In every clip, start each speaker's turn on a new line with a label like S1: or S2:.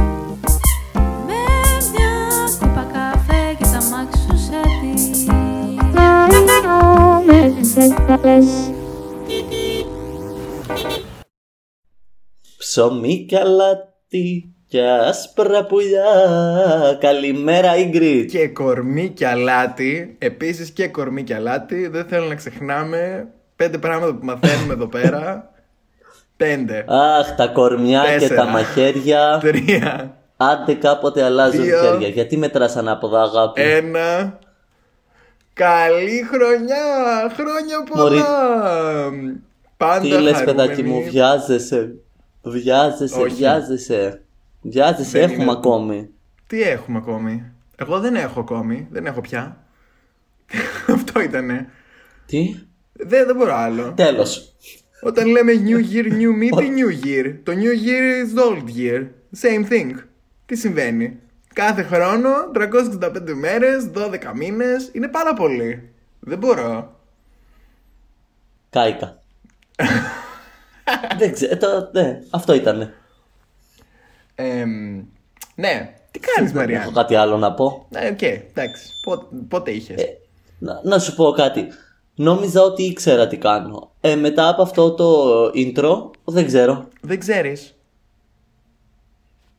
S1: Με μια κούπα καφέ και τα μάξ σου σε τη.
S2: Ψωμί και αλάτι και άσπρα πουλιά. Καλημέρα, Ingrid.
S3: Και κορμί και αλάτι. Επίσης και κορμί και αλάτι. Δεν θέλω να ξεχνάμε πέντε πράγματα που μαθαίνουμε εδώ πέρα. Πέντε.
S2: Αχ, τα κορμιά και
S3: Τέσσερα.
S2: τα μαχαίρια.
S3: Τρία.
S2: Άντε κάποτε αλλάζουν
S3: Δύο. Ε,
S2: χέρια. Γιατί μετράς ανάποδα, αγάπη.
S3: Ένα. Καλή χρονιά! Χρόνια
S2: Μωρή.
S3: πολλά! Πάντα
S2: Τι λες
S3: χαρούμενοι.
S2: παιδάκι μου, βιάζεσαι. Βιάζεσαι,
S3: Όχι.
S2: βιάζεσαι. Βιάζεσαι,
S3: Δεν
S2: έχουμε
S3: είναι.
S2: ακόμη.
S3: Τι έχουμε ακόμη. Εγώ δεν έχω ακόμη. Δεν έχω πια. Αυτό ήτανε.
S2: Τι.
S3: Δεν, δεν μπορώ άλλο.
S2: Τέλος.
S3: Όταν λέμε New Year, New Me, τι New Year. Το New Year is Old Year. Same thing. Τι συμβαίνει. Κάθε χρόνο, 365 μέρες, 12 μήνες, είναι πάρα πολύ. Δεν μπορώ.
S2: Κάηκα. Δεν ξέρω, το, ναι, αυτό ήτανε.
S3: Εμ, ναι, τι κάνεις
S2: Δεν έχω
S3: Μαριάννα.
S2: κάτι άλλο να πω.
S3: Ναι, οκ, εντάξει. Πότε, πότε είχες.
S2: Να, να σου πω κάτι. Νόμιζα ότι ήξερα τι κάνω. Ε, μετά από αυτό το intro, δεν ξέρω.
S3: Δεν ξέρεις.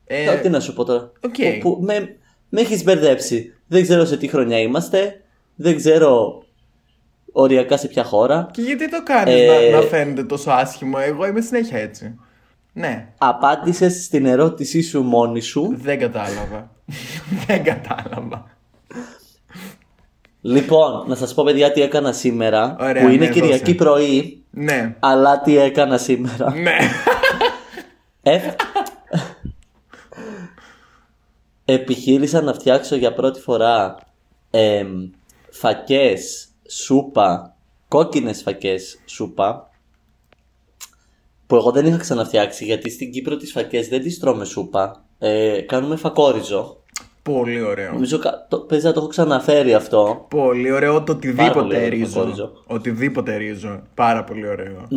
S3: Ε,
S2: Ε, τι να σου πω τώρα.
S3: οκ.
S2: Που, που με, με έχεις μπερδέψει. Δεν ξέρω σε τι χρονιά είμαστε. Δεν ξέρω οριακά σε ποια χώρα.
S3: Και γιατί το κάνεις
S2: Ε,
S3: να, να φαίνεται τόσο άσχημο. Εγώ είμαι συνέχεια έτσι. Ναι,
S2: Απάντησες στην ερώτησή σου μόνη σου.
S3: δεν κατάλαβα. δεν κατάλαβα.
S2: Λοιπόν, να σας πω παιδιά τι έκανα σήμερα.
S3: Ωραία,
S2: που είναι
S3: ναι,
S2: Κυριακή
S3: δώσε.
S2: πρωί.
S3: Ναι.
S2: Αλλά τι έκανα σήμερα.
S3: Ναι.
S2: Ε, επιχείρησα να φτιάξω για πρώτη φορά ε, φακές σούπα, κόκκινες φακές σούπα που εγώ δεν είχα ξαναφτιάξει γιατί στην Κύπρο τις φακές δεν τις τρώμε σούπα ε, κάνουμε φακόριζο
S3: Πολύ ωραίο.
S2: νομίζω κα- το, παίζει να το έχω ξαναφέρει αυτό
S3: Πολύ ωραίο το
S2: Πάρα πολύ
S3: οτιδήποτε
S2: ωραίο το
S3: ρίζο.
S2: κόριζο.
S3: Οτιδήποτε ρίζο. Πάρα πολύ ωραίο.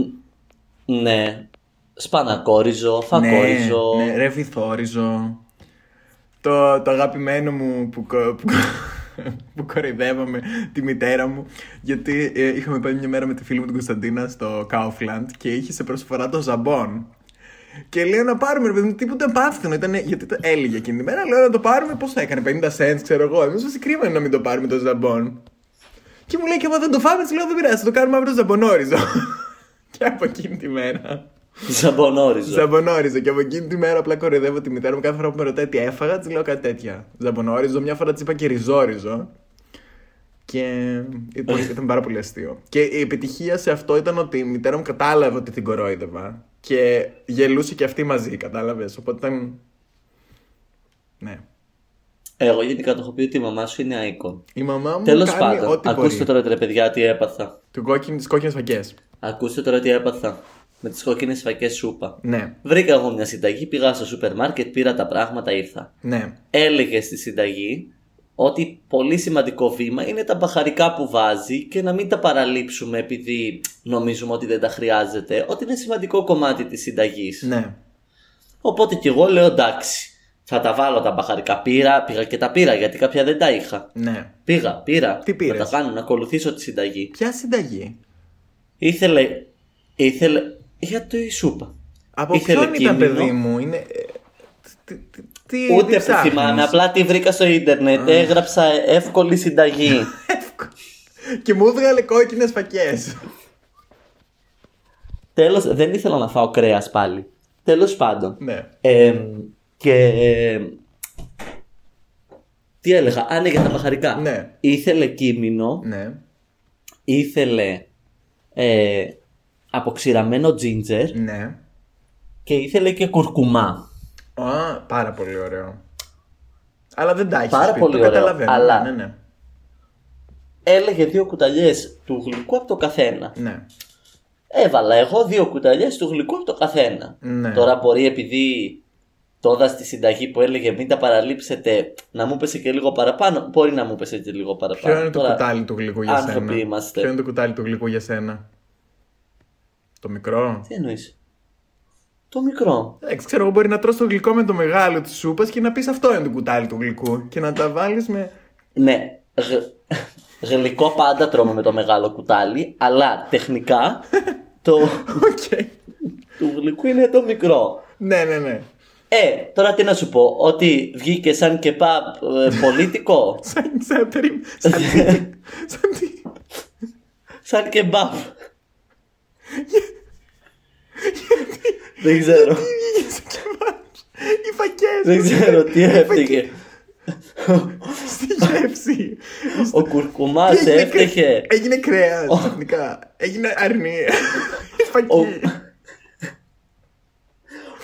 S2: ναι, σπανακόριζο, φακόριζο
S3: Ναι, ναι, ρε βυθόριζο. Το, το αγαπημένο μου που, κο- που, κο- που κοροϊδεύαμε τη μητέρα μου. Γιατί ε, είχαμε πάει μια μέρα με τη φίλη μου την Κωνσταντίνα στο Kaufland και είχε σε προσφορά το ζαμπόν. Και λέω να πάρουμε, ρε παιδί μου, τίποτα παύθυνο. Ήτανε, γιατί το έλεγε εκείνη τη μέρα, λέω να το πάρουμε. Πώς θα έκανε, 50 cents, ξέρω εγώ. Εμείς μα κρίμανε να μην το πάρουμε το ζαμπόν. Και μου λέει και άμα δεν το φάμε, της λέω δεν πειράζει, θα το κάνουμε αύριο ζαμπονόριζο. και από εκείνη τη μέρα.
S2: ζαμπονόριζο
S3: Ζαμπονόριζο και από εκείνη τη μέρα απλά κοροϊδεύω τη μητέρα μου κάθε φορά που με ρωτάει τι έφαγα, της λέω κάτι τέτοια. Ζαμπονόριζο, μια φορά της είπα και ριζόριζο. Και ήταν, ήταν πάρα πολύ αστείο. Και η επιτυχία σε αυτό ήταν ότι η μητέρα μου κατάλαβε ότι την κορόιδευα. Και γελούσε και αυτή μαζί, κατάλαβες. Οπότε ήταν. Ναι.
S2: Ε, εγώ γενικά το έχω πει ότι η μαμά σου είναι άικο
S3: Η μαμά μου
S2: Τέλος
S3: κάνει
S2: πάντων,
S3: ό,τι
S2: ακούστε
S3: μπορεί.
S2: τώρα τρε παιδιά τι έπαθα.
S3: Του κόκκιν, τις κόκκινες φακές.
S2: Ακούστε τώρα τι έπαθα. Με τις κόκκινες φακές σούπα.
S3: Ναι,
S2: Βρήκα εγώ μια συνταγή, πήγα στο σούπερ μάρκετ, πήρα τα πράγματα, ήρθα.
S3: ναι.
S2: Έλεγε στη συνταγή ότι πολύ σημαντικό βήμα είναι τα μπαχαρικά που βάζει και να μην τα παραλείψουμε επειδή νομίζουμε ότι δεν τα χρειάζεται, ότι είναι σημαντικό κομμάτι της συνταγής.
S3: Ναι.
S2: Οπότε και εγώ λέω εντάξει, θα τα βάλω τα μπαχαρικά. Πήρα, πήγα και τα πήρα γιατί κάποια δεν τα είχα.
S3: Ναι.
S2: Πήγα, πήρα.
S3: Τι πήρες?
S2: Να τα κάνω, να ακολουθήσω τη συνταγή.
S3: Ποια συνταγή.
S2: Ήθελε. Ήθελε. Για το η σούπα.
S3: Από
S2: Ήθελε
S3: ποιον ήταν
S2: κίνδυνο.
S3: παιδί μου, είναι. ε, Τι, τι, τι, τι
S2: Ούτε που
S3: Ε, ψάχνεις?
S2: θυμάμαι, απλά τη βρήκα στο ίντερνετ. Έγραψα εύκολη συνταγή.
S3: Και μου έβγαλε κόκκινες φακές.
S2: Τέλος, δεν ήθελα να φάω κρέας πάλι. Τέλος πάντων.
S3: ναι.
S2: Ε, και. ε, τι έλεγα, άνοιγε τα μαχαρικά.
S3: Ναι.
S2: Ήθελε κίμινο,
S3: Ναι.
S2: ήθελε ε, αποξηραμένο ginger
S3: Ναι.
S2: και ήθελε και κουρκουμά.
S3: Α, πάρα πολύ ωραίο. Αλλά δεν τα έχεις.
S2: Πάρα πολύ
S3: το
S2: ωραίο,
S3: Καταλαβαίνω.
S2: αλλά-
S3: Ναι, ναι.
S2: Έλεγε δύο κουταλιές του γλυκού από το καθένα.
S3: ναι.
S2: Έβαλα εγώ δύο κουταλιές του γλυκού από το καθένα.
S3: Ναι.
S2: Τώρα μπορεί επειδή κοιτώντα τη συνταγή που έλεγε μην τα παραλείψετε, να μου πέσε και λίγο παραπάνω. Μπορεί να μου πέσε και λίγο παραπάνω.
S3: Ποιο είναι το
S2: Τώρα,
S3: κουτάλι του γλυκού για
S2: άνθρωποι
S3: σένα.
S2: είμαστε.
S3: Ποιο είναι το κουτάλι του γλυκού για σένα. Το μικρό.
S2: Τι εννοείς. Το μικρό.
S3: Εντάξει, ξέρω εγώ μπορεί να τρως το γλυκό με το μεγάλο της σούπας και να πεις αυτό είναι το κουτάλι του γλυκού. Και να τα βάλεις με.
S2: Ναι. Γ... Γλυκό πάντα τρώμε με το μεγάλο κουτάλι, αλλά τεχνικά το
S3: Οκ.
S2: του γλυκού είναι το μικρό.
S3: Ναι, ναι, ναι.
S2: Ε, τώρα τι να σου πω, ότι βγήκε σαν και πα ε, πολίτικο,
S3: Σαν σαν περί- σαν τι. Σαν τι.
S2: σαν και μπαπ. Δεν ξέρω,
S3: Βγήκες σε κεβάπς. Οι φακές.
S2: δεν ξέρω τι
S3: Οι φακές
S2: έφταιγε.
S3: Στη γεύση.
S2: Ο κουρκουμάς
S3: Τι έγινε, κρε-
S2: έφταιγε.
S3: Έγινε κρέας ξαφνικά. Έγινε αρνή.
S2: Ο,
S3: Φακή.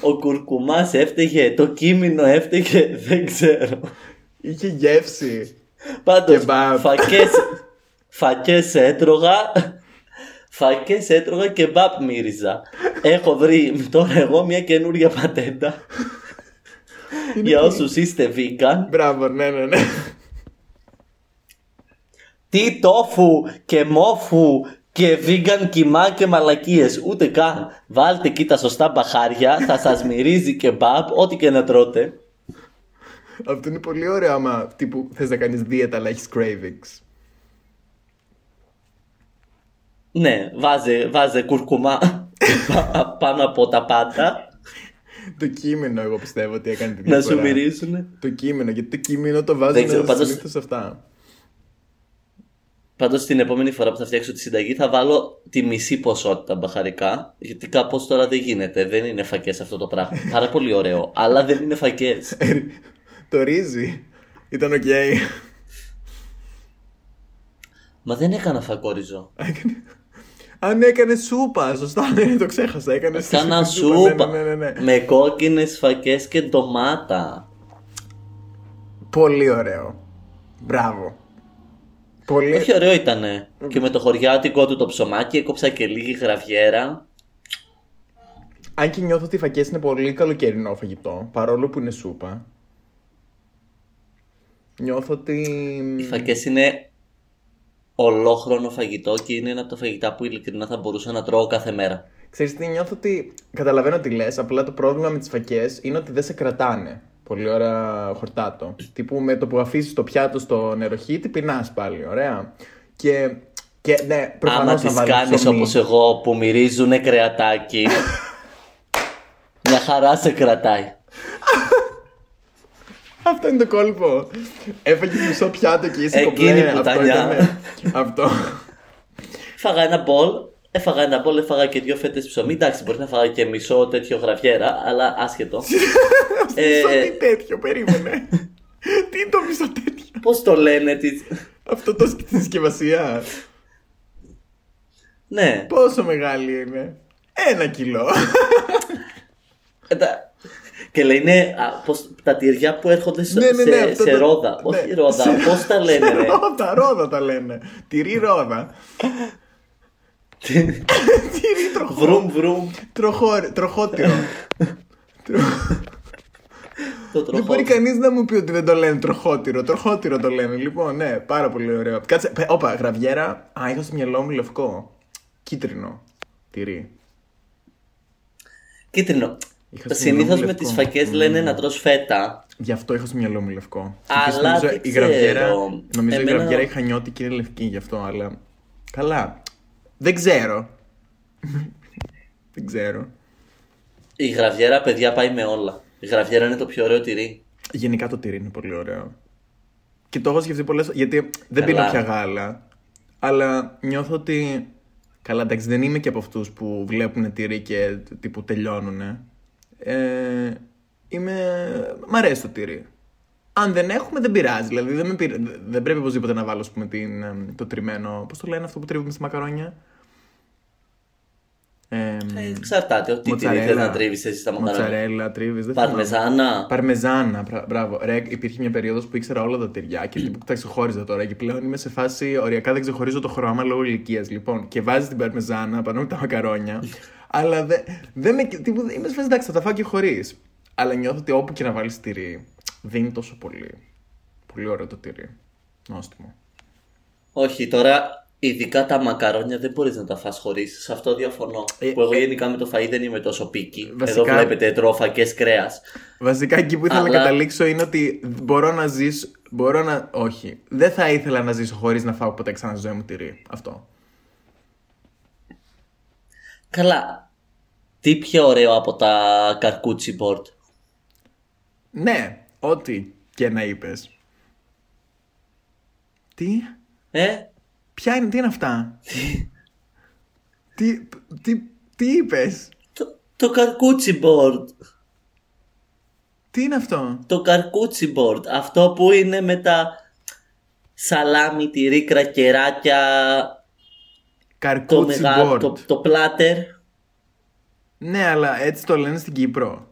S2: ο κουρκουμάς έφταιγε, το κείμενο έφταιγε, δεν ξέρω.
S3: Είχε γεύση.
S2: Πάντως,
S3: Και μπαπ.
S2: φακές, φακές έτρωγα, φακές έτρωγα και μπαπ μύριζα. Έχω βρει τώρα εγώ μια καινούρια πατέντα. για όσους είστε vegan,
S3: Μπράβο, ναι, ναι, ναι.
S2: τι τόφου και μόφου και vegan κοιμά και μαλακίες, ούτε καν. Βάλτε εκεί τα σωστά μπαχάρια, θα σας μυρίζει και μπαπ, ό,τι και να τρώτε.
S3: Αυτό είναι πολύ ωραίο άμα τύπου θες να κάνεις δίαιτα αλλά έχεις cravings.
S2: Ναι, βάζε, βάζε κουρκουμά πα- πάνω από τα πάντα
S3: Το κείμενο εγώ πιστεύω ότι έκανε τη
S2: να
S3: διαφορά.
S2: σου μυρίζουνε.
S3: Το κείμενο, γιατί το κείμενο το
S2: Δεν ξέρω,
S3: βάζουν
S2: πάντως-
S3: συνήθως αυτά.
S2: Πάντως την επόμενη φορά που θα φτιάξω τη συνταγή θα βάλω τη μισή ποσότητα μπαχαρικά. Γιατί κάπως τώρα δεν γίνεται. Δεν είναι φακές αυτό το πράγμα. Πάρα πολύ ωραίο. Αλλά δεν είναι φακές.
S3: Ε, Το ρύζι ήταν οκ.
S2: Μα δεν έκανα φακόριζο.
S3: Έκανε- Αν έκανε σούπα, σωστά, ναι, το ξέχασα. Έκανε
S2: Κάνα σούπα
S3: Ναι, ναι, ναι, ναι.
S2: με κόκκινες φακές και ντομάτα.
S3: Πολύ ωραίο. Μπράβο. Πολύ.
S2: Όχι ωραίο ήτανε. Και με το χωριάτικο του το ψωμάκι έκοψα και λίγη γραβιέρα.
S3: Αν και νιώθω ότι οι φακές είναι πολύ καλοκαιρινό φαγητό, παρόλο που είναι σούπα. Νιώθω ότι.
S2: Οι φακές είναι ολόχρονο φαγητό και είναι ένα από τα φαγητά που ειλικρινά θα μπορούσα να τρώω κάθε μέρα.
S3: Ξέρεις τι, νιώθω ότι καταλαβαίνω τι λες, απλά το πρόβλημα με τις φακές είναι ότι δεν σε κρατάνε πολύ ώρα χορτάτο. Τύπου με το που αφήσεις το πιάτο στο νεροχύτη πεινάς πάλι, ωραία. Και, και ναι,
S2: Άμα
S3: προφανώς
S2: τι
S3: θα βάλεις
S2: κάνεις
S3: ψωμί.
S2: όπως εγώ που μυρίζουνε κρεατάκι. μια χαρά σε κρατάει.
S3: Αυτό είναι το κόλπο. Έφαγες μισό πιάτο και είσαι
S2: Εκείνη
S3: κομπλέ.
S2: η
S3: Αυτό
S2: πουτανιά.
S3: ήταν. ναι. Αυτό.
S2: Φάγα ένα μπολ, έφαγα ένα μπολ, έφαγα και δύο φέτες ψωμί. Εντάξει, μπορεί να φάγα και μισό τέτοιο γραβιέρα, αλλά άσχετο.
S3: Μισό
S2: ε,
S3: τι τέτοιο, περίμενε. Τι είναι το μισό τέτοιο.
S2: Πώς το λένε, τις...
S3: Αυτό το σκ- τη συσκευασία.
S2: ναι.
S3: Πόσο μεγάλη είναι. Ένα κιλό.
S2: Ε, τα- Και λέει, ναι, α, πώς, τα τυριά που έρχονται σε,
S3: ναι, ναι, ναι.
S2: σε,
S3: αυτό
S2: σε
S3: το-
S2: ρόδα.
S3: ναι.
S2: Όχι ρόδα,
S3: Σε-
S2: πώς τα λένε,
S3: σε
S2: ρε.
S3: Ρόδα, ρόδα τα λένε. Τυρί ρόδα. Τυρί τροχό.
S2: Βρουμ, βρουμ.
S3: Τροχό, τροχότηρο. Τρο-
S2: Το
S3: Δεν
S2: τροχό.
S3: μπορεί κανείς να μου πει ότι δεν το λένε τροχότηρο. Τροχότηρο το λένε. Λοιπόν, ναι, πάρα πολύ ωραίο. Κάτσε. πε- Όπα, γραβιέρα. Α, είχα στο μυαλό μου λευκό. Κίτρινο. Τυρί.
S2: Κίτρινο.
S3: Είχα στο
S2: Συνήθως
S3: μυαλό μου
S2: με τι
S3: λευκό.
S2: φακέ λένε να τρως φέτα.
S3: Γι' αυτό είχα στο μυαλό μου λευκό.
S2: Αλλά
S3: Επίσης, νομίζω
S2: δεν
S3: η γραβιέρα,
S2: ξέρω.
S3: νομίζω η
S2: Εμένα-
S3: γραβιέρα είχα νιώτη και είναι λευκή γι' αυτό, αλλά. Καλά. Δεν ξέρω. δεν ξέρω.
S2: Η γραβιέρα, παιδιά, πάει με όλα. Η γραβιέρα είναι το πιο ωραίο τυρί.
S3: Γενικά το τυρί είναι πολύ ωραίο. Και το έχω σκεφτεί πολλές γιατί δεν
S2: Καλά.
S3: πίνω πια γάλα. Αλλά νιώθω ότι. Καλά, εντάξει, δεν είμαι και από αυτούς που βλέπουν τυρί και τύπου τελειώνουν. Ε, είμαι. Μ' αρέσει το τυρί. Αν δεν έχουμε, δεν πειράζει. Δηλαδή, δεν, με πειρα- δεν πρέπει οπωσδήποτε να βάλω ας πούμε, την, ε, το τριμμένο. Πώς το λένε αυτό που τρίβουμε στη μακαρόνια. Ε,
S2: Ε, Εξαρτάται. Ό,τι τυρί θες να τρίβεις εσύ στα μακαρόνια.
S3: Μοτσαρέλα, τρίβεις.
S2: Παρμεζάνα.
S3: Παρμεζάνα, πρα- μπράβο. Ρε, υπήρχε μια περίοδος που ήξερα όλα τα τυριά και τύπου τα ξεχώριζα τώρα. Και πλέον είμαι σε φάση οριακά δεν ξεχωρίζω το χρώμα λόγω ηλικίας. Λοιπόν, και βάζεις την παρμεζάνα πάνω με τα μακαρόνια. αλλά δεν. δεν με, τύπου, είμαι σε φάση εντάξει, θα τα φάω και χωρίς. Αλλά νιώθω ότι όπου και να βάλεις τυρί, δεν είναι τόσο πολύ. Πολύ ωραίο το τυρί. Νόστιμο.
S2: Όχι, τώρα ειδικά τα μακαρόνια δεν μπορείς να τα φας χωρίς. Σε αυτό διαφωνώ.
S3: Ε,
S2: που εγώ
S3: ε,
S2: γενικά με το φαΐ δεν είμαι τόσο πίκη.
S3: Βασικά-
S2: Εδώ βλέπετε τρώφακε κρέα.
S3: Βασικά εκεί που ήθελα
S2: Αλλά-
S3: να καταλήξω είναι ότι μπορώ να ζήσω. Μπορώ να. Όχι. Δεν θα ήθελα να ζήσω χωρίς να φάω ποτέ ξανά στη ζωή μου τυρί. Αυτό.
S2: Καλά. Τι πιο ωραίο από τα καρκούτσι board.
S3: Ναι, ό,τι και να είπες. Τι.
S2: Ε,
S3: Ποια είναι, τι είναι αυτά. τι, τι, τι είπες.
S2: το, το καρκούτσι board.
S3: Τι είναι αυτό.
S2: Το καρκούτσι board. Αυτό που είναι με τα σαλάμι, τυρί, κρακεράκια, το,
S3: Καρκούτσι
S2: μεγάλο,
S3: board.
S2: το, το πλάτερ.
S3: Ναι, αλλά έτσι το λένε στην Κύπρο.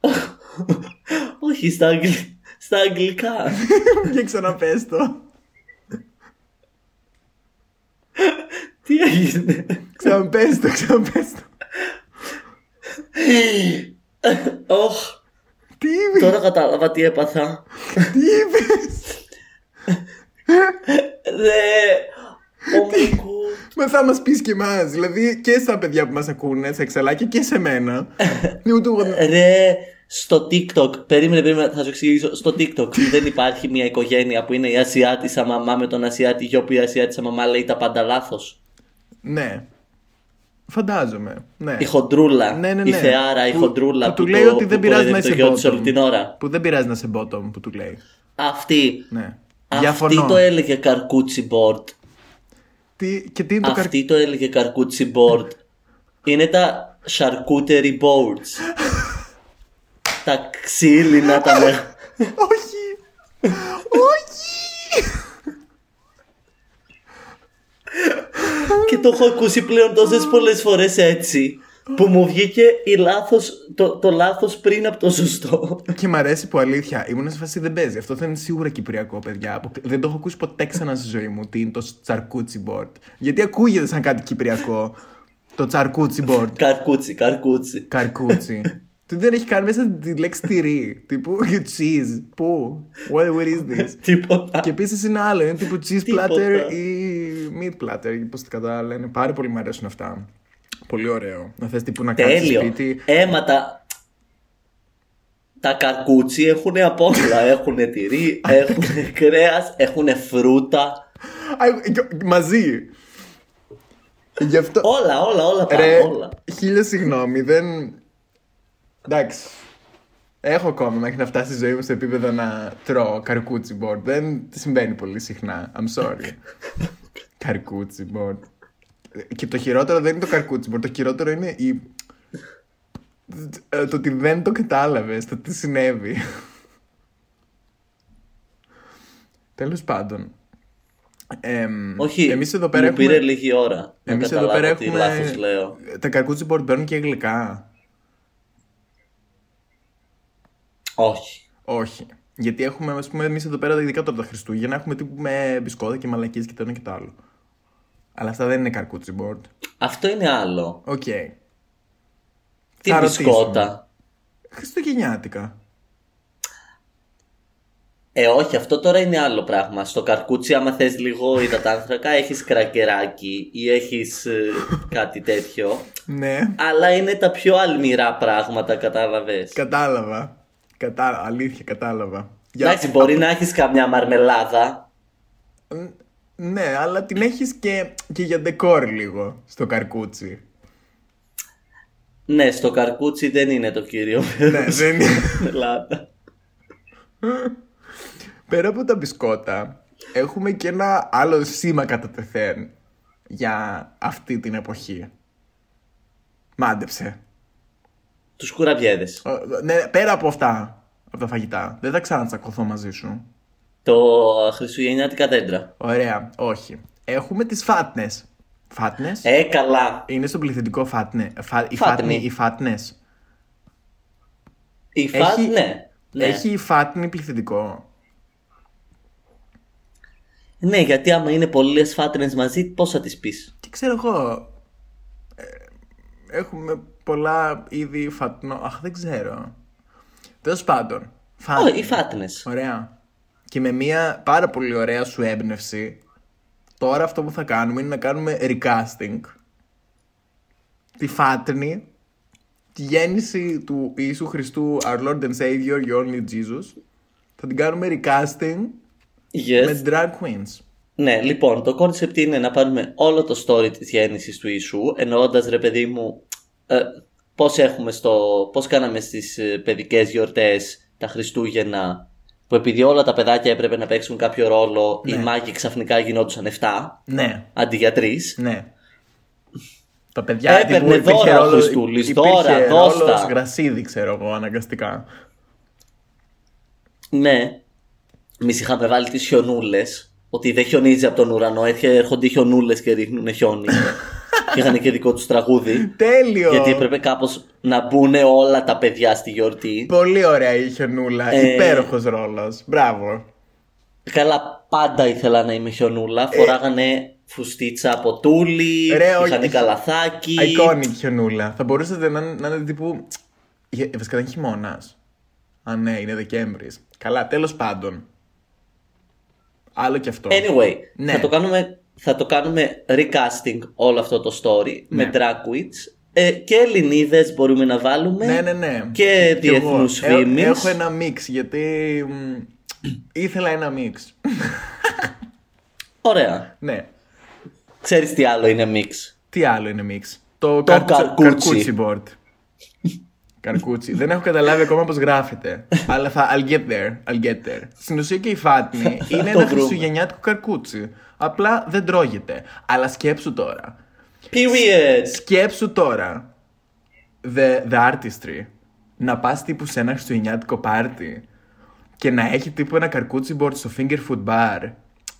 S2: Όχι, στα, αγγλ- στα αγγλικά.
S3: Για ξαναπες το.
S2: Τι έγινε.
S3: Ξαναπες το, ξαναπες το.
S2: Οχ,
S3: Τι είπες,
S2: τώρα κατάλαβα τι έπαθα.
S3: τι είπες.
S2: Ρε, oh ο Μίκου.
S3: Μα θα μας πεις και εμάς. Δηλαδή και στα παιδιά που μας ακούνε, σε εξαλάκια και σε μένα. Ναι, ούτε εγώ-
S2: Ρε, στο TikTok, περίμενε, περίμενε, θα σου εξηγήσω. Στο TikTok δεν υπάρχει μια οικογένεια που είναι η Ασιάτισα μαμά με τον Ασιάτη γιο που η Ασιάτισα μαμά λέει τα πάντα λάθος.
S3: Ναι. Φαντάζομαι. Ναι.
S2: Η χοντρούλα,
S3: Ναι, ναι,
S2: η
S3: ναι.
S2: θεάρα, η
S3: Που-
S2: χοντρούλα
S3: που του λέει ότι δεν πειράζει να
S2: κοροϊδεύει
S3: είσαι
S2: το γιο της
S3: bottom.
S2: όλη την ώρα.
S3: Που δεν πειράζει να σε bottom που του λέει.
S2: Αυτή.
S3: Ναι.
S2: Αυτή το έλεγε καρκούτσι board.
S3: Τι, και τι είναι το καρκ...
S2: Αυτή το έλεγε καρκούτσι board. Είναι τα charcuterie boards. τα ξύλινα, τα με...
S3: Όχι! Όχι!
S2: Και το έχω ακούσει πλέον τόσες πολλές φορές έτσι. Που μου βγήκε η λάθος, το, το λάθος πριν από το σωστό.
S3: και μ' αρέσει που αλήθεια ήμουν σε φάση δεν παίζει. Αυτό θα είναι σίγουρα κυπριακό, παιδιά. Αποκλ- Δεν το έχω ακούσει ποτέ ξανά στη ζωή μου. Τι είναι το τσαρκούτσι μπορτ. Γιατί ακούγεται σαν κάτι κυπριακό. το τσαρκούτσι μπορτ.
S2: καρκούτσι, καρκούτσι.
S3: Καρκούτσι. Τι δεν έχει καν μέσα τη λέξη τυρί. Τύπου you cheese. Πού? What, what is this?
S2: Τίποτα.
S3: Και επίσης είναι άλλο, είναι τύπου cheese
S2: Τίποτα.
S3: platter ή meat platter, ή πώς τα κατά λένε. Πάρα πολύ μου αρέσουν αυτά. Πολύ ωραίο. Να θες τύπου να κάτσει
S2: Τέλειο.
S3: σπίτι.
S2: Έμα τα... Τα καρκούτσι έχουν απ' όλα. έχουν τυρί, έχουν κρέας, έχουν φρούτα.
S3: Α, ε, Μαζί. Γι' αυτό.
S2: Όλα, όλα, όλα πάνω,
S3: Ρε,
S2: όλα.
S3: χίλια συγγνώμη, δεν. Εντάξει. Έχω ακόμα μέχρι να φτάσει η ζωή μου σε επίπεδο να τρώω καρκούτσι μπορτ. Δεν συμβαίνει πολύ συχνά. I'm sorry. καρκούτσι μπορτ. Και το χειρότερο δεν είναι το καρκούτσι μπορτ. Το χειρότερο είναι η... ε, το ότι δεν το κατάλαβες, το τι συνέβη. Τέλος πάντων. Εμ,
S2: Όχι,
S3: εμείς εδώ πέρα
S2: μου
S3: έχουμε-
S2: πήρε λίγη ώρα να
S3: Εμείς εδώ
S2: καταλάβω
S3: πέρα
S2: τι
S3: έχουμε.
S2: λάθος λέω.
S3: Τα καρκούτσι μπορτ παίρνουν και γλυκά.
S2: Όχι.
S3: Όχι. Γιατί έχουμε, ας πούμε, εμείς εδώ πέρα, ειδικά τώρα τα Χριστούγεννα, έχουμε τύπου με μπισκότα και μαλακίες και το ένα και το άλλο. Αλλά αυτά δεν είναι καρκούτσι μπορτ.
S2: Αυτό είναι άλλο.
S3: Οκ.
S2: Τι
S3: Θα ρωτήσουμε.
S2: μπισκότα.
S3: Χριστουγεννιάτικα.
S2: Ε, όχι, αυτό τώρα είναι άλλο πράγμα. Στο καρκούτσι, άμα θες λίγο υδατάνθρακα, έχεις κρακεράκι ή έχεις ε, κάτι τέτοιο.
S3: Ναι.
S2: Αλλά είναι τα πιο αλμυρά πράγματα, κατάλαβες.
S3: Κατάλαβα. Κατάλαβα. Αλήθεια, κατάλαβα. Για-
S2: Εντάξει, μπορεί να έχεις καμιά μαρμελάδα.
S3: Ναι, αλλά την έχεις και, και για ντεκόρ λίγο στο καρκούτσι.
S2: Ναι, στο καρκούτσι δεν είναι το κύριο.
S3: ναι, δεν είναι.
S2: μαρμελάδα.
S3: Πέρα από τα μπισκότα, έχουμε και ένα άλλο σήμα κατά τεθέν για αυτή την εποχή. Μάντεψε.
S2: Τους κουραμπιέδες.
S3: Ε, Ναι, πέρα από αυτά, από τα φαγητά, δεν θα ξανατσακωθώ μαζί σου.
S2: Το χριστουγεννιάτικα δέντρα.
S3: Ωραία, όχι. Έχουμε τις φάτνες. Φάτνες.
S2: Ε, καλά.
S3: Είναι στο πληθυντικό φάτνε. Φα... Η
S2: Φάτνη.
S3: φάτνη, οι φάτνες.
S2: Η φα...
S3: Έχει-
S2: Ναι. ναι.
S3: Έχει η φάτνη πληθυντικό.
S2: Ναι, γιατί άμα είναι πολλές φάτρε μαζί, πώς θα τις πεις.
S3: Τι ξέρω εγώ. ε, έχουμε πολλά είδη φατνό. Αχ, δεν ξέρω. Τέλος πάντων.
S2: Ω,
S3: φάτνη.
S2: οι φάτνες.
S3: Ωραία. Και με μια πάρα πολύ ωραία σου έμπνευση, τώρα αυτό που θα κάνουμε είναι να κάνουμε recasting. Τη φάτνη, τη γέννηση του Ιησού Χριστού, our Lord and Savior, your only Jesus, θα την κάνουμε recasting
S2: Yes.
S3: με drag queens.
S2: Ναι, λοιπόν, το concept είναι να πάρουμε όλο το story της γέννησης του Ιησού, εννοώντας ρε παιδί μου ε, πώς έχουμε στο, πώς κάναμε στις ε, παιδικές γιορτές τα Χριστούγεννα, που επειδή όλα τα παιδάκια έπρεπε να παίξουν κάποιο ρόλο, οι μάγοι ξαφνικά γινόντουσαν 7,
S3: Ναι,
S2: αντί για 3.
S3: ναι. Τα παιδιά
S2: Έπαιρνε
S3: τύπου, υπήρχε
S2: δώρα
S3: ρόλος-
S2: Χριστούλης,
S3: υπήρχε
S2: δώρα,
S3: ρόλος
S2: δώστα.
S3: γρασίδι, ξέρω εγώ, αναγκαστικά.
S2: Ναι, εμείς είχαμε βάλει τις χιονούλες, ότι δεν χιονίζει από τον ουρανό, έρχε- έρχονται οι χιονούλες και ρίχνουν χιόνι. και είχαν και δικό τους τραγούδι.
S3: Τέλειο!
S2: Γιατί έπρεπε κάπως να μπουν όλα τα παιδιά στη γιορτή.
S3: Πολύ ωραία η χιονούλα.
S2: Ε.
S3: Υπέροχος ρόλος. Μπράβο.
S2: Καλά, πάντα ήθελα να είμαι χιονούλα. Φοράγανε φουστίτσα από τούλι,
S3: Ε, Ρε, όχι.
S2: είχαν καλαθάκι.
S3: Iconic χιονούλα. Θα μπορούσατε να, να είναι τύπου. Γε- Βασικά είναι χειμώνας. Α, ναι, είναι Δεκέμβρης. Καλά, τέλος πάντων. Άλλο κι αυτό.
S2: Anyway,
S3: Ναι.
S2: θα, το κάνουμε, θα το κάνουμε recasting όλο αυτό το story
S3: Ναι.
S2: με drag queens. Ε, και Ελληνίδες μπορούμε να βάλουμε.
S3: Ναι, ναι, ναι.
S2: Και
S3: Κι εγώ.
S2: διεθνούς
S3: Έ-
S2: φήμης.
S3: Έχω ένα μίξ γιατί. μ, ήθελα ένα μίξ.
S2: Ωραία.
S3: ναι.
S2: Ξέρεις τι άλλο είναι mix.
S3: Τι άλλο είναι μίξ. Το,
S2: καρκούτσι.
S3: καρκούτσι board. καρκούτσι. Δεν έχω καταλάβει ακόμα πώς γράφεται. αλλά θα, I'll get there. I'll get there. Στην ουσία και η φάτνη είναι
S2: το
S3: ένα
S2: βρούμε.
S3: χριστουγεννιάτικο καρκούτσι. Απλά δεν τρώγεται. Αλλά σκέψου τώρα.
S2: Period.
S3: Σκέψου τώρα. The, the artistry. Να πας τύπου σε ένα χριστουγεννιάτικο πάρτι και να έχει τύπου ένα καρκούτσι board στο finger food bar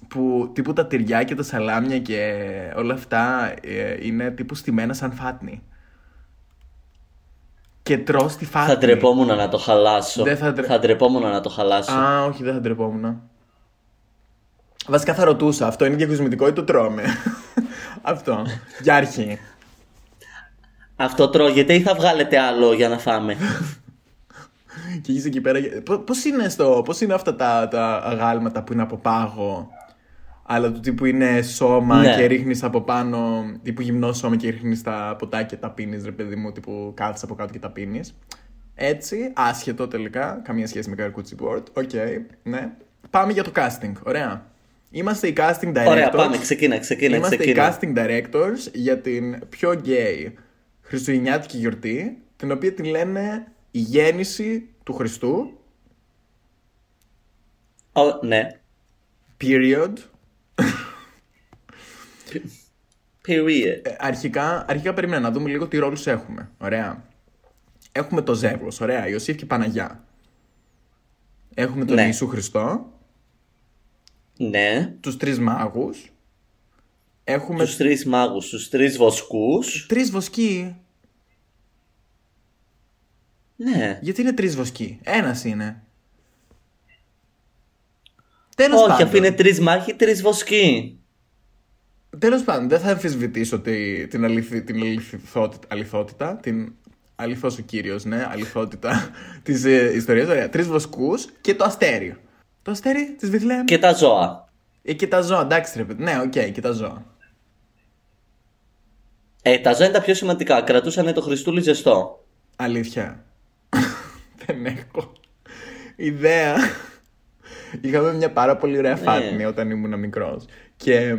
S3: που τύπου τα τυριά και τα σαλάμια και όλα αυτά ε, είναι τύπου στημένα σαν φάτνη. Και τρως τη φάτνη.
S2: Θα ντρεπόμουν να το χαλάσω.
S3: Δεν θα ντρε-
S2: ντρεπόμουν να το χαλάσω.
S3: Α, όχι, δεν θα ντρεπόμουν. Βασικά θα ρωτούσα, αυτό είναι διακοσμητικό ή το τρώμε. αυτό. Για αρχή.
S2: Αυτό τρώγεται ή θα βγάλετε άλλο για να φάμε.
S3: Και είσαι εκεί πέρα. Πώς είναι, στο, πώς είναι αυτά τα, τα αγάλματα που είναι από πάγο, αλλά του τύπου είναι σώμα
S2: Ναι.
S3: και ρίχνεις από πάνω. τύπου γυμνό σώμα και ρίχνεις τα ποτά και τα πίνεις, ρε παιδί μου, τύπου κάθεσαι από κάτω και τα πίνεις. Έτσι, άσχετο τελικά, καμία σχέση με καρκούτσι board. Οκ, ναι. Πάμε για το casting, ωραία. Είμαστε οι casting directors.
S2: Ωραία, πάμε, ξεκίνα, ξεκίνα,
S3: Ε, Είμαστε
S2: ξεκίνα.
S3: οι casting directors για την πιο γκέι χριστουγεννιάτικη γιορτή, την οποία τη λένε η γέννηση του Χριστού,
S2: Ω, ναι.
S3: period.
S2: Period.
S3: Ε, Αρχικά, αρχικά περίμενα να δούμε λίγο τι ρόλους έχουμε, ωραία. Έχουμε το ζεύγος, ωραία, Ιωσήφ και Παναγιά. Έχουμε τον
S2: Ναι.
S3: Ιησού Χριστό,
S2: Ναι.
S3: τους τρεις μάγους. Έχουμε
S2: Τους τρεις μάγους, τους τρεις βοσκούς.
S3: τρεις βοσκοί.
S2: Ναι.
S3: Γιατί είναι τρεις βοσκοί, ένας είναι. Τέλος
S2: Όχι,
S3: πάντων.
S2: αφού είναι τρεις μάχοι, τρεις βοσκοί.
S3: Τέλος πάντων, δεν θα αμφισβητήσω τη, την, αληθι, την αληθιθότητα- αληθότητα, την αληθό ο κύριος, ναι, αληθότητα της ε, ιστορίας. Ωραία. Τρεις βοσκούς και το αστέρι. Το αστέρι της Βιθλέμ. Και...
S2: Και τα ζώα.
S3: Ε, και τα ζώα, εντάξει, ρε παιδί. Ναι, οκ, και τα ζώα.
S2: Ε, τα ζώα είναι τα πιο σημαντικά. Κρατούσαν το Χριστούλη ζεστό.
S3: Αλήθεια. δεν έχω ιδέα. Είχαμε μια πάρα πολύ ωραία φάτνη όταν ήμουν μικρός. Και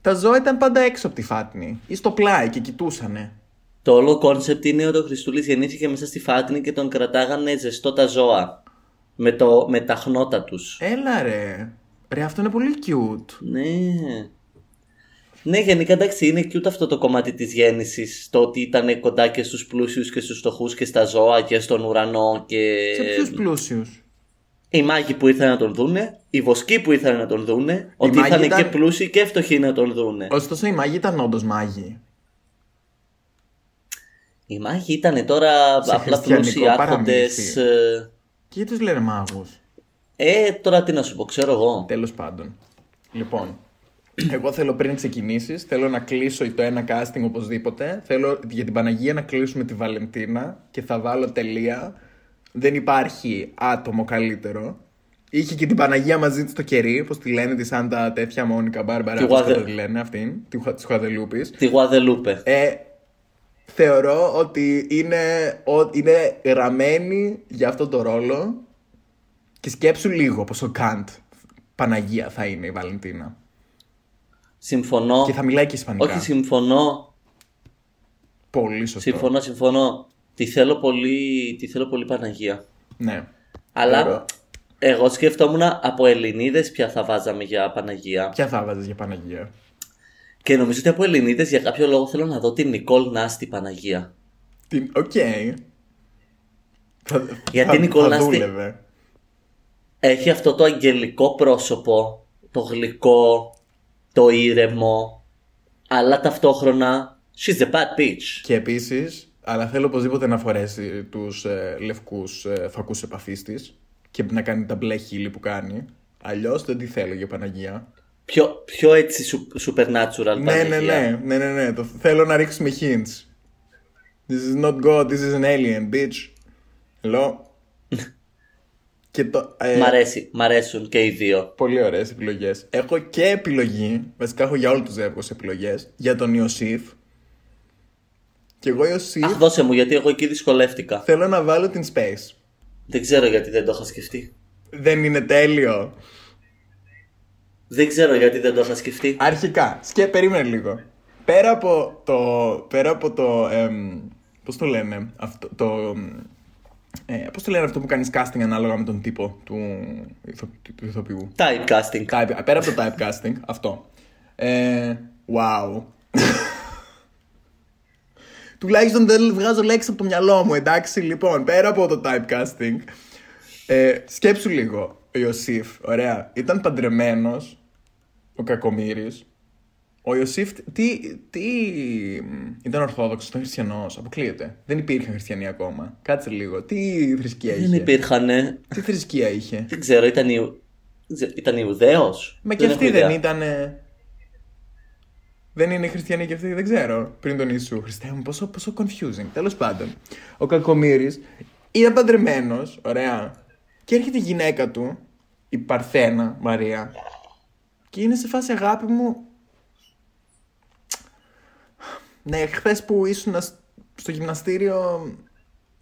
S3: τα ζώα ήταν πάντα έξω από τη φάτνη ή στο πλάι και κοιτούσανε.
S2: Το όλο κόνσεπτ είναι ότι ο Χριστούλης γεννήθηκε μέσα στη φάτνη και τον κρατάγανε ζεστό τα ζώα. Με, το, με τα χνότα τους.
S3: Έλα ρε. Ρε, αυτό είναι πολύ cute.
S2: Ναι. Ναι, γενικά εντάξει, είναι cute αυτό το κομμάτι της γέννησης. Το ότι ήταν κοντά και στους πλούσιους και στους φτωχούς και στα ζώα και στον ουρανό και.
S3: Σε ποιους πλούσιους.
S2: Οι μάγοι που ήθελαν να τον δούνε, οι βοσκοί που ήθελαν να τον δούνε, ότι
S3: μάγοι
S2: ήθελαν
S3: ήταν-
S2: και πλούσιοι και φτωχοί να τον δούνε.
S3: Ωστόσο, οι μάγοι ήταν όντως μάγοι.
S2: Οι μάγοι ήταν τώρα
S3: Σε
S2: απλά
S3: χριστιανικό
S2: πλούσιοι ε, άρχοντε.
S3: παραμύθι. Και γιατί τους λένε μάγους.
S2: Ε, τώρα τι να σου πω, ξέρω εγώ.
S3: Τέλος πάντων. Λοιπόν, Εγώ θέλω πριν ξεκινήσεις, θέλω να κλείσω το ένα casting οπωσδήποτε. Θέλω για την Παναγία να κλείσουμε τη Βαλεντίνα και θα βάλω τελεία. Δεν υπάρχει άτομο καλύτερο. Είχε και την Παναγία μαζί της το κερί, όπως τη λένε, τη σαν τα τέτοια Μόνικα Μπάρμπαρα.
S2: Τη
S3: όπως
S2: Γουαδε-
S3: τη λένε αυτήν, τη Χαδελούπη.
S2: Τη Γουαδελούπε.
S3: Ε, θεωρώ ότι είναι, ο- είναι γραμμένη για αυτό το ρόλο και σκέψου λίγο πως ο Καντ Παναγία θα είναι η Βαλεντίνα.
S2: Συμφωνώ.
S3: Και θα μιλάει και ισπανικά.
S2: Όχι, συμφωνώ.
S3: Πολύ σωστό.
S2: Συμφωνώ, συμφωνώ. Τη θέλω πολύ, τη θέλω πολύ Παναγία.
S3: Ναι.
S2: Αλλά
S3: Ωραία.
S2: εγώ σκεφτόμουν από Ελληνίδες ποια θα βάζαμε για Παναγία.
S3: Ποια θα βάζεις για Παναγία.
S2: Και νομίζω ότι από Ελληνίδες για κάποιο λόγο θέλω να δω την Νικόλ Νάστη Παναγία.
S3: Την... Οκ. Θα,
S2: Γιατί
S3: θα,
S2: Νικόλα,
S3: θα
S2: στη-
S3: δούλευε.
S2: Έχει αυτό το αγγελικό πρόσωπο, το γλυκό, το ήρεμο, αλλά ταυτόχρονα she's a bad bitch.
S3: Και επίσης, αλλά θέλω οπωσδήποτε να φορέσει τους ε, λευκούς ε, φακούς επαφής της και να κάνει τα μπλε χείλη που κάνει. Αλλιώς δεν τη θέλω για Παναγία.
S2: Πιο, πιο έτσι σου- supernatural
S3: Ναι,
S2: Παναγία.
S3: ναι, ναι, ναι, ναι, ναι. Το θέλω να ρίξουμε hints. This is not God, this is an alien, bitch. Hello. και το, ε,
S2: Μ' αρέσει, μ' αρέσουν και οι δύο.
S3: Πολύ ωραίες επιλογές. Έχω και επιλογή. Βασικά έχω για όλους τους ζεύγου επιλογές. Για τον Ιωσήφ. Και εγώ Ιωσήφ
S2: Αχ, δώσε μου, γιατί εγώ εκεί δυσκολεύτηκα.
S3: θέλω να βάλω την Space.
S2: Δεν ξέρω γιατί δεν το είχα σκεφτεί.
S3: Δεν είναι τέλειο.
S2: Δεν ξέρω γιατί δεν το είχα σκεφτεί.
S3: Αρχικά, σκέ, περίμενε λίγο. Πέρα από το. Πέρα από το. Εμ, πώς το λένε. Αυτό, το, ε, πώς το λένε αυτό που κάνεις casting ανάλογα με τον τύπο του, ηθο- του ηθοποιού.
S2: Typecasting.
S3: Type- πέρα από το typecasting, αυτό. Ε, wow. Τουλάχιστον δεν βγάζω λέξεις από το μυαλό μου, εντάξει. Λοιπόν, πέρα από το typecasting, ε, σκέψου λίγο. Ο Ιωσήφ, ωραία, ήταν παντρεμένος ο Κακομύρης. Ο Ιωσήφ, τι, τι... ήταν Ορθόδοξος, ήταν χριστιανός, αποκλείεται. Δεν υπήρχαν χριστιανοί ακόμα. Κάτσε λίγο, τι θρησκεία
S2: Δεν
S3: είχε.
S2: υπήρχανε.
S3: Τι θρησκεία είχε.
S2: Δεν ξέρω, ήταν, Ιου... δεν ξέρω, ήταν Ιουδαίος.
S3: Μα και αυτοί
S2: έχω
S3: δεν
S2: ιδέα.
S3: ήταν. Δεν είναι χριστιανοί και αυτοί, δεν ξέρω. Πριν τον Ιησού. Χριστέ μου, πόσο, πόσο confusing. Τέλος πάντων. Ο Κακομήρη είναι παντρεμένος, ωραία. Και έρχεται η γυναίκα του, η Παρθένα Μαρία. Και είναι σε φάση αγάπη μου. Ναι, χθες που ήσουν στο γυμναστήριο,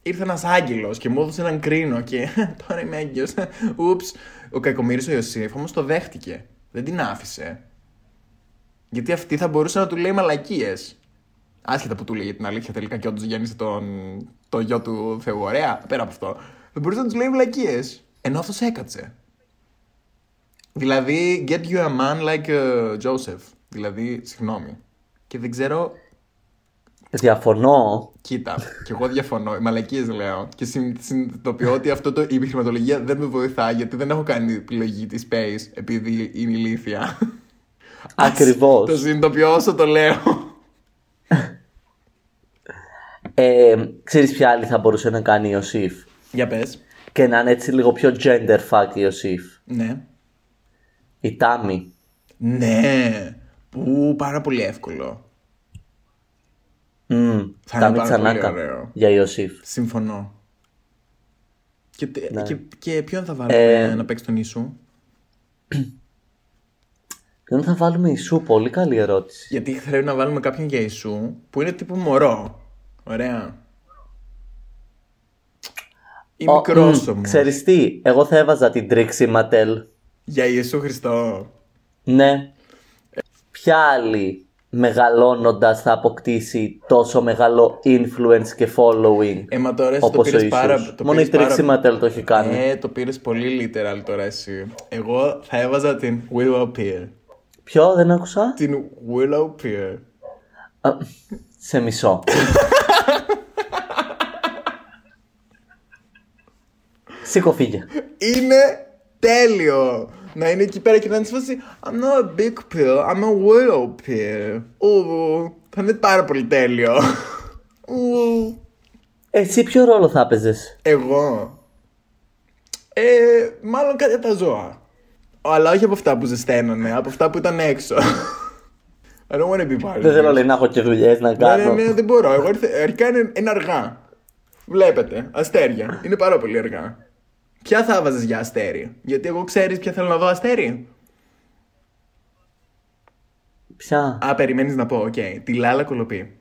S3: ήρθε ένας άγγελος και μου έδωσε έναν κρίνο και τώρα είμαι έγκυος. Ούψ. Ο κακομοίρη ο Ιωσήφ όμως το δέχτηκε. Δεν την άφησε. Γιατί αυτή θα μπορούσε να του λέει μαλακίες. Άσχετα που του λέει την αλήθεια τελικά και όντως γέννησε τον το γιο του Θεού. Ωραία, πέρα από αυτό. Θα μπορούσε να τους λέει μαλακίες. Ενώ αυτός έκατσε. Δηλαδή, get you a man like uh, Joseph. Δηλαδή, συγγνώμη. Και δεν ξέρω
S2: Διαφωνώ.
S3: Κοίτα, και εγώ διαφωνώ. Μαλακίες λέω. Και συν- συνειδητοποιώ ότι αυτό το, η επιχειρηματολογία δεν με βοηθάει γιατί δεν έχω κάνει επιλογή της Space επειδή είναι ηλίθια.
S2: Ακριβώς.
S3: το συνειδητοποιώ όσο το λέω.
S2: Ε, ξέρεις ποια άλλη θα μπορούσε να κάνει η Ιωσήφ.
S3: Για πες.
S2: Και να είναι έτσι λίγο πιο gender fuck η Ιωσήφ.
S3: Ναι.
S2: Η Τάμι.
S3: Ναι. Που πάρα πολύ εύκολο.
S2: Μμμ,
S3: Θα
S2: Τάμι
S3: είναι πάρα πολύ
S2: Τσανάκα
S3: ωραίο.
S2: για Ιωσήφ.
S3: Συμφωνώ. Και, τε- και, και ποιον θα βάλουμε
S2: Ναι. Ε,
S3: να παίξει τον Ισού.
S2: Ποιον Λοιπόν, θα βάλουμε Ισού, πολύ καλή ερώτηση.
S3: Γιατί θέλει να βάλουμε κάποιον για Ισού που είναι τύπου μωρό. Ωραία. Ή
S2: Ο-
S3: μικρός
S2: μμ,
S3: όμως.
S2: Ξέρεις τι, εγώ θα έβαζα την Τρίξη Ματέλ.
S3: Για Ιησού Χριστό.
S2: Ναι. Ποια άλλη μεγαλώνοντας θα αποκτήσει τόσο μεγάλο influence και following
S3: Ε, μα τώρα εσύ το
S2: όπως ο
S3: πήρες
S2: Ιησούς.
S3: πάρα το
S2: Μόνο η
S3: πήρες πάρα-
S2: Τρίξη Ματέλ το έχει κάνει.
S3: Ε, το πήρες πολύ literal τώρα εσύ. Εγώ θα έβαζα την Willow Pier.
S2: Ποιο, δεν άκουσα.
S3: Την Willow Pier.
S2: Α, σε μισό. Σήκω φύγε.
S3: Είναι τέλειο! Να είναι εκεί πέρα και να είναι σε φάση I'm not a big pill, I'm a willow pill. Ου, θα είναι πάρα πολύ τέλειο. Ου.
S2: Εσύ ποιο ρόλο θα έπαιζες.
S3: Εγώ. Ε, μάλλον κάτι από τα ζώα. Αλλά όχι από αυτά που ζεσταίνανε, από αυτά που ήταν έξω. I don't want to be part of
S2: Δεν θέλω
S3: this.
S2: λέει να έχω και δουλειές να
S3: Ναι, ναι,
S2: κάνω.
S3: ναι, δεν μπορώ. Εγώ ήρθε, αρχικά είναι, είναι αργά. Βλέπετε, αστέρια. Είναι πάρα πολύ αργά. Ποια θα βάζεις για αστέρι, Γιατί εγώ ξέρεις ποια θέλω να δω αστέρι.
S2: Ποια.
S3: Α, περιμένεις να πω, οκ. Τη Λάλα Κολοπή.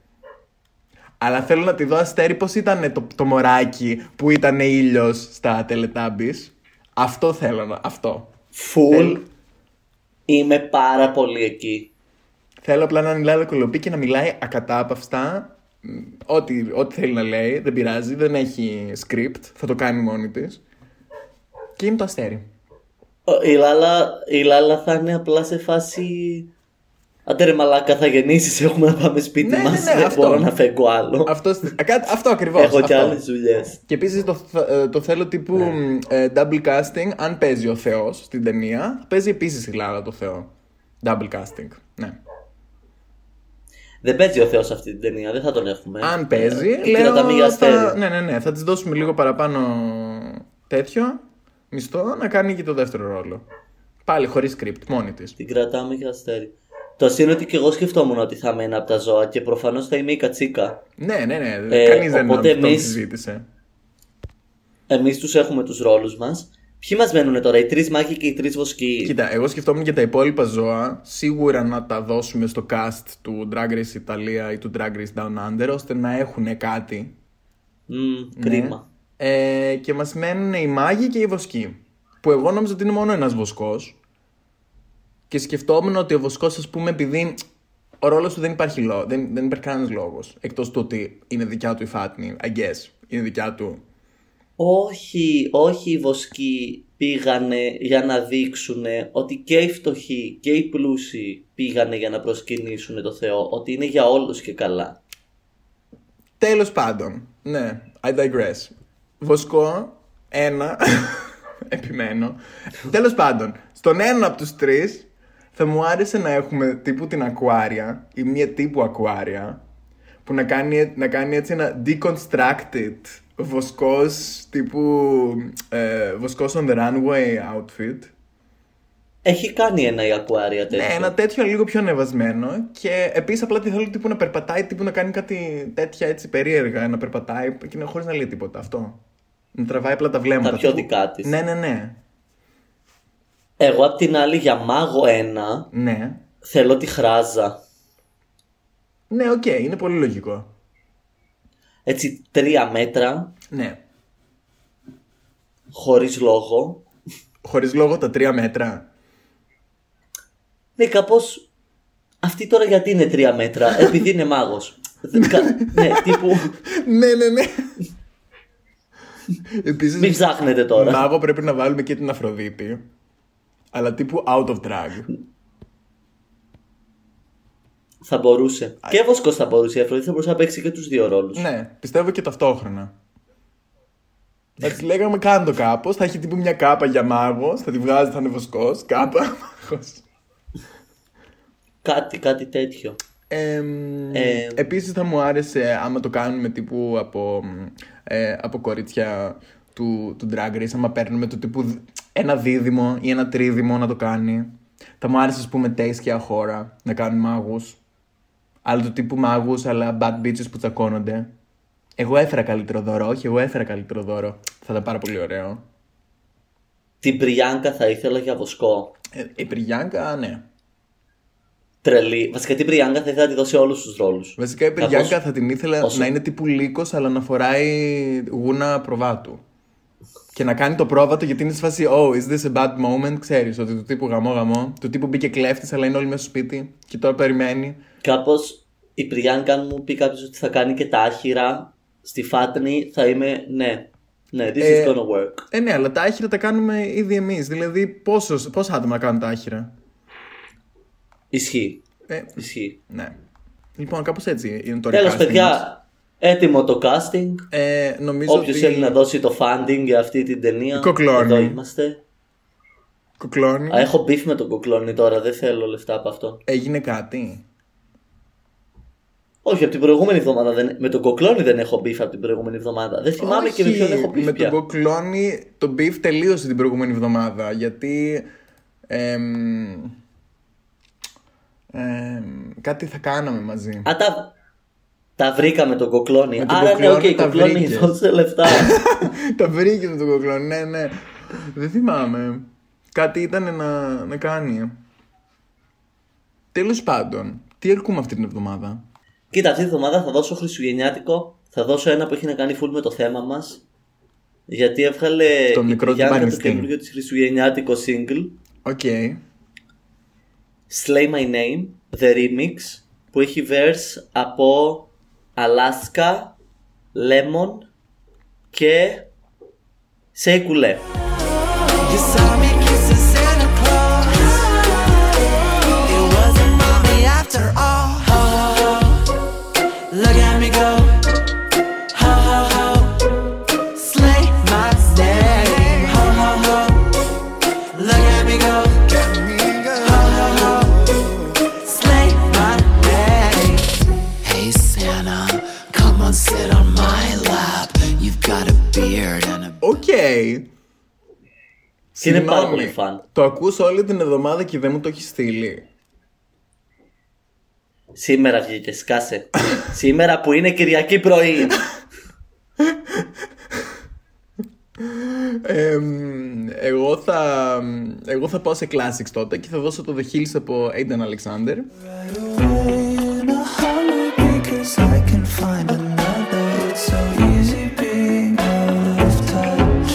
S3: Αλλά θέλω να τη δω αστέρι πώς ήταν το, το μωράκι που ήταν ήλιος στα τελετάμπης. Αυτό θέλω να. Αυτό.
S2: Φουλ.
S3: Θέλ-
S2: Είμαι πάρα πολύ εκεί.
S3: Θέλω απλά να είναι η Λάλα Κολοπή και να μιλάει ακατάπαυστα. μ, Ό,τι, ό,τι θέλει να λέει, δεν πειράζει, δεν έχει script, θα το κάνει μόνη της. Και είναι το αστέρι.
S2: Ο- Η Λάλα, η Λάλα θα είναι απλά σε φάση. Άντε ρε μαλάκα, θα γεννήσεις, έχουμε να πάμε σπίτι
S3: Ναι, ναι,
S2: μας,
S3: ναι,
S2: δεν
S3: αυτό.
S2: μπορώ να φεύγω άλλο.
S3: Αυτό, α, κάτι- αυτό ακριβώς.
S2: Έχω και άλλες δουλειές.
S3: Και επίσης το, θ- ε, το θέλω τύπου
S2: Ναι.
S3: μ, ε, double casting. Αν παίζει ο Θεός στην ταινία, παίζει επίσης η Λάρα το Θεό. Double casting. Ναι.
S2: Δεν παίζει ο Θεός αυτή την ταινία, δεν θα τον έχουμε.
S3: Αν παίζει,
S2: Ε,
S3: λέω.
S2: κρατάμε για
S3: θα...
S2: αστέρι.
S3: Ναι, ναι, ναι. Θα της δώσουμε λίγο παραπάνω τέτοιο μισθό να κάνει και το δεύτερο ρόλο. Πάλι χωρίς script, μόνη της.
S2: Την κρατάμε για αστέρι. Το αστείο είναι ότι και εγώ σκεφτόμουν ότι θα είμαι ένα από τα ζώα και προφανώς θα είμαι η κατσίκα.
S3: Ναι, ναι, ναι.
S2: Ε,
S3: Κανείς δεν
S2: οπότε
S3: τον
S2: εμείς-
S3: συζήτησε.
S2: Εμείς τους έχουμε τους ρόλους μας. Ποιοι μας μένουν τώρα, οι τρεις μάχοι και οι τρεις βοσκοί.
S3: Κοίτα, εγώ σκεφτόμουν και τα υπόλοιπα ζώα σίγουρα να τα δώσουμε στο cast του Drag Race Ιταλία ή του Drag Race Down Under ώστε να έχουν κάτι
S2: Μμμ,
S3: Ναι.
S2: κρίμα.
S3: Ε, και μας μένουν οι μάγοι και οι βοσκοί. Που εγώ νόμιζα ότι είναι μόνο ένας βοσκός. Και σκεφτόμουν ότι ο βοσκός, ας πούμε, επειδή ο ρόλος του δεν υπάρχει, λό, δεν, δεν υπάρχει κανένας λόγος. Εκτός του ότι είναι δικιά του η Φάτνη, I guess. Είναι δικιά του.
S2: Όχι, όχι οι βοσκοί πήγανε για να δείξουν ότι και οι φτωχοί και οι πλούσιοι πήγανε για να προσκυνήσουν το Θεό, ότι είναι για όλους και καλά.
S3: Τέλος πάντων, ναι, I digress. Βοσκό, ένα, επιμένω. Τέλος πάντων, στον ένα από τους τρεις θα μου άρεσε να έχουμε τύπου την ακουάρια ή μια τύπου ακουάρια που να κάνει, να κάνει έτσι ένα deconstructed βοσκός τύπου ε, βοσκός on the runway outfit.
S2: Έχει κάνει ένα η Ακουάρια τέτοιο.
S3: Ναι, ένα τέτοιο λίγο πιο ανεβασμένο. Και επίσης απλά τη θέλω τύπου να περπατάει, τύπου να κάνει κάτι τέτοια έτσι περίεργα. Να περπατάει και να χωρίς να λέει τίποτα αυτό. Να τραβάει απλά τα βλέμματα.
S2: Τα πιο
S3: τύπου.
S2: δικά της.
S3: Ναι, ναι, ναι.
S2: Εγώ απ' την άλλη για μάγο ένα
S3: Ναι.
S2: θέλω τη χράζα.
S3: Ναι, οκ, είναι πολύ λογικό.
S2: Έτσι τρία μέτρα,
S3: Ναι.
S2: χωρίς λόγο.
S3: Χωρίς λόγο τα τρία μέτρα.
S2: Ναι, κάπως αυτή τώρα γιατί είναι τρία μέτρα, επειδή είναι μάγος. Δεν κα- ναι, τύπου
S3: ναι, ναι, ναι. επίσης.
S2: μην ψάχνετε τώρα.
S3: Μάγο πρέπει να βάλουμε και την Αφροδίτη. Αλλά τύπου out of drag.
S2: Θα μπορούσε. Και Βοσκός θα μπορούσε. Η Αφροδίτη θα μπορούσε να παίξει και τους δύο ρόλους.
S3: Ναι, πιστεύω και ταυτόχρονα. Θα τη λέγαμε κάντο κάπως, θα έχει τύπου μια κάπα για μάγος, θα τη βγάζει, θα είναι βοσκός, κάπα, μάγος.
S2: Κάτι, κάτι τέτοιο.
S3: Ε,
S2: Ε,
S3: Επίσης θα μου άρεσε άμα το κάνουμε τύπου από, μ, ε, από κορίτσια του, του Drag Race, άμα παίρνουμε το τύπου δ- ένα δίδυμο ή ένα τρίδυμο να το κάνει. Θα μου άρεσε, ας πούμε, Taste και Αχώρα να κάνουν μάγους. Άλλο του τύπου μάγους, αλλά bad bitches που τσακώνονται. Εγώ έφερα καλύτερο δώρο, όχι, εγώ έφερα καλύτερο δώρο. Θα ήταν πάρα πολύ ωραίο.
S2: Την Πριάνκα θα ήθελα για Βοσκό.
S3: Ε, η Πριγιάνκα, ναι.
S2: Τρελή. Βασικά την Πριάνκα θα ήθελα να τη δώσει όλους τους ρόλους.
S3: Βασικά η Πριγιάνκα θα την ήθελα
S2: όσο-
S3: να είναι τύπου λύκος, αλλά να φοράει γούνα προβάτου. Και να κάνει το πρόβατο γιατί είναι σε φάση Oh, is this a bad moment? Ξέρεις ότι του τύπου γαμό γαμό. Του τύπου μπήκε κλέφτης, αλλά είναι όλοι μέσα στο σπίτι. Και τώρα περιμένει.
S2: Κάπως η Πριάνκα, αν μου πει κάποιος ότι θα κάνει και τα άχυρα στη Φάτνη, θα είμαι ναι. Ναι, this
S3: Ε,
S2: is gonna work.
S3: Ε, ναι, αλλά τα άχυρα τα κάνουμε ήδη εμείς. Δηλαδή, πόσος, πόσα άτομα κάνουν τα άχυρα.
S2: Ισχύει.
S3: Ε,
S2: Ισχύει.
S3: ναι. Λοιπόν, κάπως έτσι είναι το
S2: Τέλος,
S3: recasting μας.
S2: παιδιά, έτοιμο το casting.
S3: Ε, νομίζω
S2: Όποιος
S3: ότι.
S2: θέλει να δώσει το funding για αυτή την ταινία,
S3: Κοκλώνει.
S2: εδώ είμαστε.
S3: Κουκλώνει.
S2: Α, ε. έχω μπιφ με τον κοκλώνη τώρα, δεν θέλω λεφτά από αυτόν.
S3: Έγινε κάτι.
S2: Όχι, από την προηγούμενη εβδομάδα. Δεν... Με τον Κοκλώνη δεν έχω μπιφ από την προηγούμενη εβδομάδα. Δεν θυμάμαι και με ποιον έχω μπιφ
S3: Με
S2: πια.
S3: τον Κοκλώνη το beef τελείωσε την προηγούμενη εβδομάδα. Γιατί εμ, εμ, κάτι θα κάναμε μαζί.
S2: Α, τα, τα βρήκαμε τον κοκλώνη.
S3: Με τον
S2: Άρα ναι, οκ,
S3: κοκλώνη
S2: okay,
S3: τα
S2: κοκλώνη,
S3: βρήκες.
S2: δώσε λεφτά.
S3: Τα βρήκες με τον κοκλόν, ναι, ναι. Δεν θυμάμαι. Κάτι ήταν να, να κάνει. Τέλος πάντων, τι έρχομαι αυτή την εβδομάδα.
S2: Κοίτα, αυτή τη βδομάδα θα δώσω χριστουγεννιάτικο. Θα δώσω ένα που έχει να κάνει full με το θέμα μας. Γιατί έβγαλε
S3: Το
S2: η
S3: μικρό του
S2: Bianca το
S3: Πανιστή.
S2: καινούργιο της χριστουγεννιάτικο single.
S3: Οκ.
S2: Slay My Name, The Remix, που έχει verse από Alaska, Lemon και Σέικουλε.
S4: You saw me kissing Santa Claus. It wasn't mommy after all. Ho, ho, ho. Look at me go. Ho, ho, ho. Slay my name. Ho, ho, ho. Look at me go. Ho, ho, ho. Slay my name. Hey Santa, come on, sit on my lap. You've got a beard and a
S3: Οκ.
S2: Είναι πάρα
S3: Συγγνώμη.
S2: πολύ φαν.
S3: Το ακούς όλη την εβδομάδα και δεν μου το έχει στείλει.
S2: Σήμερα βγήκε, σκάσε. Σήμερα που είναι Κυριακή πρωί.
S3: Εμ, εγώ, θα, εγώ θα πάω σε classics τότε και θα δώσω το The Hills από Aiden Alexander.
S4: in a holiday cause I can find another. It's so easy being out of touch.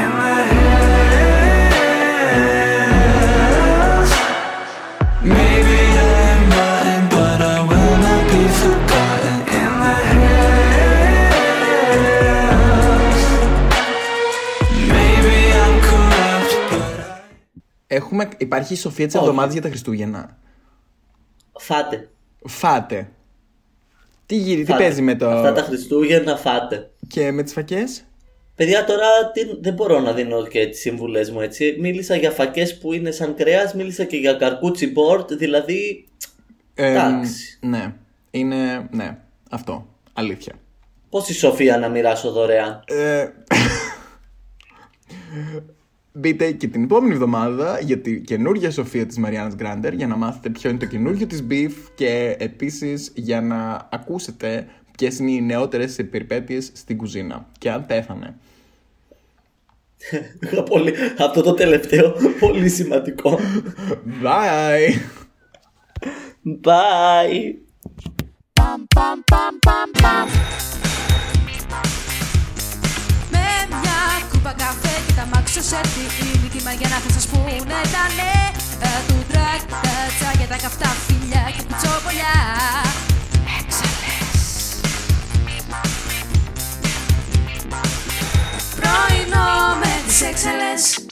S4: In the hills. Maybe I'm rotten, but I will not be forgotten. In the hills. Maybe I'm corrupt, but I.
S3: Έχουμε, υπάρχει η σοφία της
S2: Όχι.
S3: εβδομάδας για τα Χριστούγεννα.
S2: Φάτε.
S3: Φάτε. Τι γύρι, τι
S2: Φάτε.
S3: παίζει με το...
S2: Αυτά τα Χριστούγεννα φάτε.
S3: Και με τις φακές.
S2: Παιδιά, τώρα τι- δεν μπορώ να δίνω και τις συμβουλές μου έτσι. Μίλησα για φακές που είναι σαν κρέας, μίλησα και για καρκούτσι μπορτ, δηλαδή.
S3: Εμ,
S2: Εντάξει.
S3: ναι. Είναι, ναι. Αυτό. Αλήθεια.
S2: Πόση σοφία να μοιράσω δωρεάν.
S3: Ε, Μπείτε και την επόμενη εβδομάδα για τη καινούργια σοφία της Μαριάννας Γκράντερ για να μάθετε ποιο είναι το καινούργιο της Beef και επίσης για να ακούσετε ποιες είναι οι νεότερες περιπέτειες στην κουζίνα και αν πέθανε.
S2: Είχα πολύ... Αυτό το τελευταίο πολύ σημαντικό.
S3: Bye!
S2: Bye.
S1: Με μια κούπα καφέ και τα μάξω σε είναι κύμα για να θα σας πούνε τα ναι Τα ντουντράκ, τα τσάκια, τα καυτά φιλιά και κουτσόπολιά Έξαλλες Πρωινό με τις έξαλλες